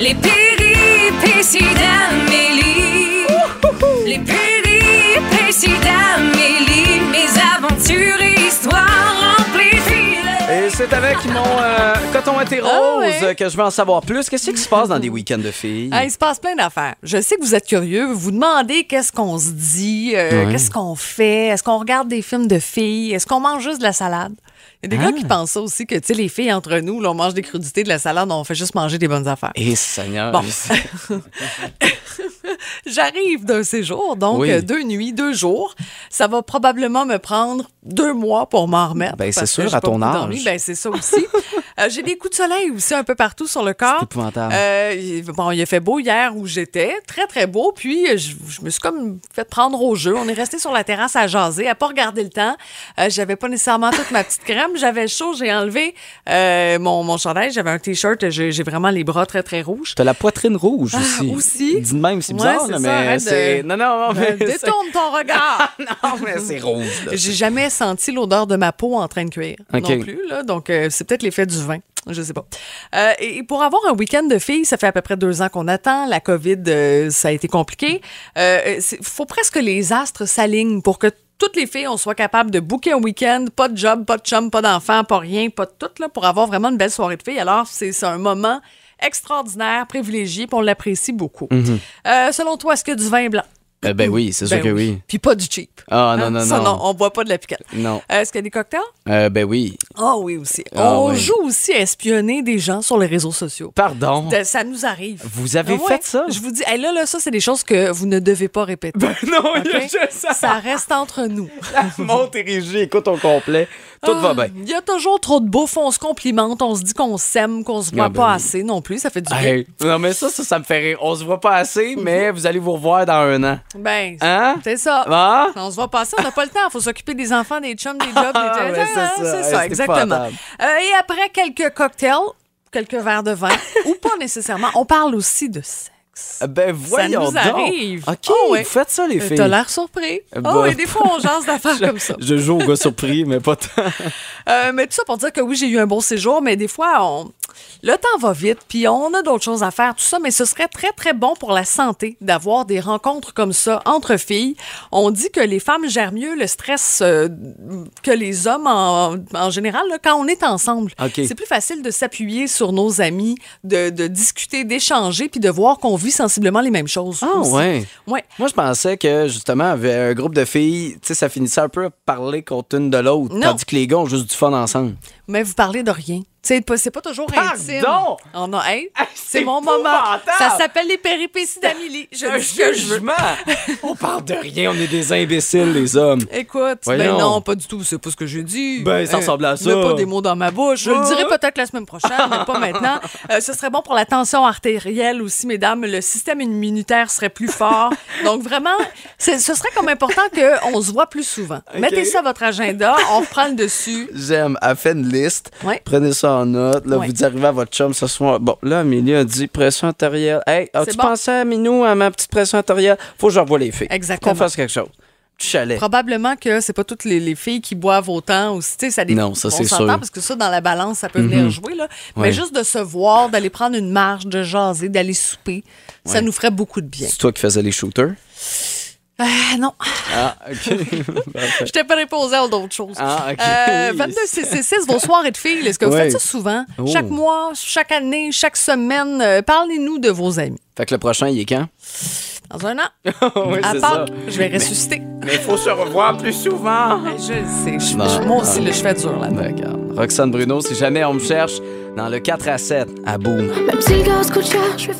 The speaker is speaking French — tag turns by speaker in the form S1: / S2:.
S1: Les péripéties d'Amélie. Les péripéties d'Amélie. Mes aventures et histoires amplifiées.
S2: Et c'est avec mon euh, coton à tes roses
S3: Ah ouais.
S2: euh, que je vais en savoir plus. Qu'est-ce qui se passe dans des week-ends de filles?
S3: Ah, il se passe plein d'affaires. Je sais que vous êtes curieux. Vous vous demandez qu'est-ce qu'on se dit, euh,
S2: Ouais.
S3: qu'est-ce qu'on fait, est-ce qu'on regarde des films de filles, est-ce qu'on mange juste de la salade? Il y a des
S2: Ah.
S3: gars qui pensent ça aussi, que tu sais, les filles entre nous, là, on mange des crudités, de la salade, on fait juste manger des bonnes affaires.
S2: Et Eh, Seigneur.
S3: Bon. J'arrive d'un séjour, donc
S2: Oui.
S3: euh, deux nuits, deux jours. Ça va probablement me prendre deux mois pour m'en remettre.
S2: Ben, c'est
S3: parce que
S2: sûr,
S3: j'ai
S2: à
S3: pas
S2: ton
S3: beaucoup
S2: âge.
S3: dormi. Ben, c'est ça aussi. Euh, j'ai des coups de soleil aussi un peu partout sur le corps.
S2: épouvantable.
S3: Euh, il- bon, il a fait beau hier où j'étais, très très beau. Puis euh, je, je me suis comme fait prendre au jeu. On est resté sur la terrasse à jaser, à pas regarder le temps. Euh, j'avais pas nécessairement toute ma petite crème, j'avais chaud, j'ai enlevé euh, mon, mon chandail, j'avais un t-shirt, j'ai j'ai vraiment les bras très très rouges.
S2: T'as la poitrine rouge aussi.
S3: Ah, aussi.
S2: Dis de même, c'est
S3: Ouais,
S2: bizarre,
S3: c'est
S2: là,
S3: ça,
S2: mais
S3: arrête
S2: c'est.
S3: de-
S2: Non, non, non,
S3: Euh,
S2: mais. c'est-
S3: détourne ton regard.
S2: Non, mais c'est rouge, là.
S3: J'ai jamais senti l'odeur de ma peau en train de cuire
S2: Ok.
S3: non plus. Là. Donc, euh, c'est peut-être l'effet du vin. Je sais pas. Euh, et et pour avoir un week-end de filles, ça fait à peu près deux ans qu'on attend. La COVID, euh, ça a été compliqué. Euh, c'est- faut presque que les astres s'alignent pour que toutes les filles, on soit capable de booker un week-end, pas de job, pas de chum, pas d'enfant, pas rien, pas de tout, là, pour avoir vraiment une belle soirée de filles. Alors, c'est c'est un moment extraordinaire, privilégié, puis on l'apprécie beaucoup. Euh, selon toi, est-ce qu'il y a du vin blanc?
S2: Euh, ben oui, Mhm. c'est sûr
S3: Ben
S2: que oui.
S3: Puis pas du cheap.
S2: Ah, non,
S3: Hein?
S2: non,
S3: Ça,
S2: non.
S3: on boit pas de la piquette.
S2: Non.
S3: Euh, Est-ce qu'il y a des cocktails?
S2: Euh, ben oui.
S3: Ah oui, aussi.
S2: Ah
S3: on
S2: oui.
S3: joue aussi à espionner des gens sur les réseaux sociaux.
S2: Pardon.
S3: De- Ça nous arrive.
S2: Vous avez
S3: Ah ouais.
S2: fait ça?
S3: Je vous dis, hey, là, là, ça, c'est des choses que vous ne devez pas répéter.
S2: non, il y a
S3: OK?
S2: juste ça.
S3: Ça reste entre nous.
S2: Montérégie, écoute au complet. Tout
S3: Ah,
S2: va bien.
S3: Il y a toujours trop de bouffe, on se complimente, on se dit qu'on s'aime, qu'on se voit
S2: Ah, ben
S3: pas
S2: oui.
S3: assez non plus, ça fait du bien.
S2: Hey, non, mais ça, ça, ça me fait rire. On se voit pas
S3: Mhm.
S2: assez, mais vous allez vous revoir dans un an.
S3: Ben,
S2: Hein?
S3: c'est ça.
S2: Hein?
S3: Ben, On se voit passer, on n'a pas le temps. Il faut s'occuper des enfants, des chums, des jobs, des
S2: Ah, ben, c'est
S3: Ah,
S2: ça.
S3: C'est
S2: Hey, c'est
S3: ça, exactement.
S2: épouvantable.
S3: Euh, et après quelques cocktails, quelques verres de vin, ou pas nécessairement, on parle aussi de sexe.
S2: Ben voyons
S3: Ah! nous
S2: donc.
S3: arrive.
S2: OK,
S3: Ah ouais.
S2: vous faites ça, les
S3: Euh,
S2: filles.
S3: T'as l'air
S2: Euh,
S3: surpris. Ah
S2: bah-
S3: oui, des fois, on jase d'affaires comme ça.
S2: Je joue au gars surpris, mais pas tant.
S3: Euh, mais tout ça pour dire que oui, j'ai eu un bon séjour, mais des fois, on... le temps va vite, puis on a d'autres choses à faire, tout ça, mais ce serait très, très bon pour la santé d'avoir des rencontres comme ça entre filles. On dit que les femmes gèrent mieux le stress euh, que les hommes en, en général là, quand on est ensemble.
S2: Ah, OK.
S3: C'est plus facile de s'appuyer sur nos amis, de, de discuter, d'échanger, puis de voir qu'on vit sensiblement les mêmes choses.
S2: Ah,
S3: aussi.
S2: ouais.
S3: Ouais.
S2: Moi, je pensais que, justement, avec un groupe de filles, tu sais, ça finissait un peu à parler contre une de l'autre.
S3: Non.
S2: Tandis que les gars ont juste du fun ensemble.
S3: Mais vous parlez de rien. C'est pas, c'est pas toujours intime.
S2: Pardon!
S3: On a, hey,
S2: c'est
S3: c'est mon moment.
S2: épouvantable!
S3: Ça s'appelle les péripéties d'Amélie. Je dis ce que je veux.
S2: on parle de rien, on est des imbéciles, les hommes.
S3: Écoute,
S2: Voyons.
S3: ben non, pas du tout. C'est pas ce que j'ai dit.
S2: Ben, ça
S3: Euh,
S2: ressemble à
S3: mets
S2: ça.
S3: pas des mots dans ma bouche. Je le
S2: Ouais.
S3: dirai peut-être la semaine prochaine, mais pas maintenant. Euh, ce serait bon pour la tension artérielle aussi, mesdames. Le système immunitaire serait plus fort. Donc, vraiment, c'est- ce serait comme important qu'on se voit plus souvent. Mettez ça à votre agenda. On prend le dessus.
S2: J'aime, elle fait une liste.
S3: Ouais.
S2: Prenez ça en note. Là,
S3: Ouais.
S2: Vous dites arrivez à votre chum ce soir. Bon, là, Amélie a dit pression artérielle. Hey, as-tu
S3: C'est bon.
S2: pensé à Minou, à ma petite pression artérielle? Faut que je revoie les filles.
S3: Exactement.
S2: Qu'on fasse quelque chose. Du chalet.
S3: Probablement que c'est pas toutes les, les filles qui boivent autant aussi, tu sais, ça dépend.
S2: Non, ça,
S3: On
S2: c'est
S3: s'entend
S2: sûr. Mhm.
S3: parce que ça dans la balance ça peut venir jouer là,
S2: Ouais.
S3: mais juste de se voir, d'aller prendre une marche, de jaser, d'aller souper, ça nous ferait beaucoup de bien.
S2: C'est toi qui faisais les shooters? Euh,
S3: Ah non,
S2: Ah, OK. Parfait.
S3: je t'ai pas répondu à d'autres choses.
S2: Ah, ok.
S3: Euh, 22 CC6, vos soirées de filles, est-ce que vous
S2: Ouais.
S3: faites ça souvent
S2: Oh.
S3: Chaque mois, chaque année, chaque semaine, euh, parlez-nous de vos amis.
S2: fait que le prochain, il est quand?
S3: Dans un an,
S2: oui,
S3: à Pâques, je vais ressusciter.
S2: Mais il faut se revoir plus souvent.
S3: Ben, Je le sais, je-
S2: Non, Ah.
S3: je- moi aussi
S2: non.
S3: le cheveu dur là.
S2: Ben, regarde. Roxane Bruno, si jamais on me cherche, dans le 4 à 7, à Boom.
S4: Même si le gaz coûte cher, je vais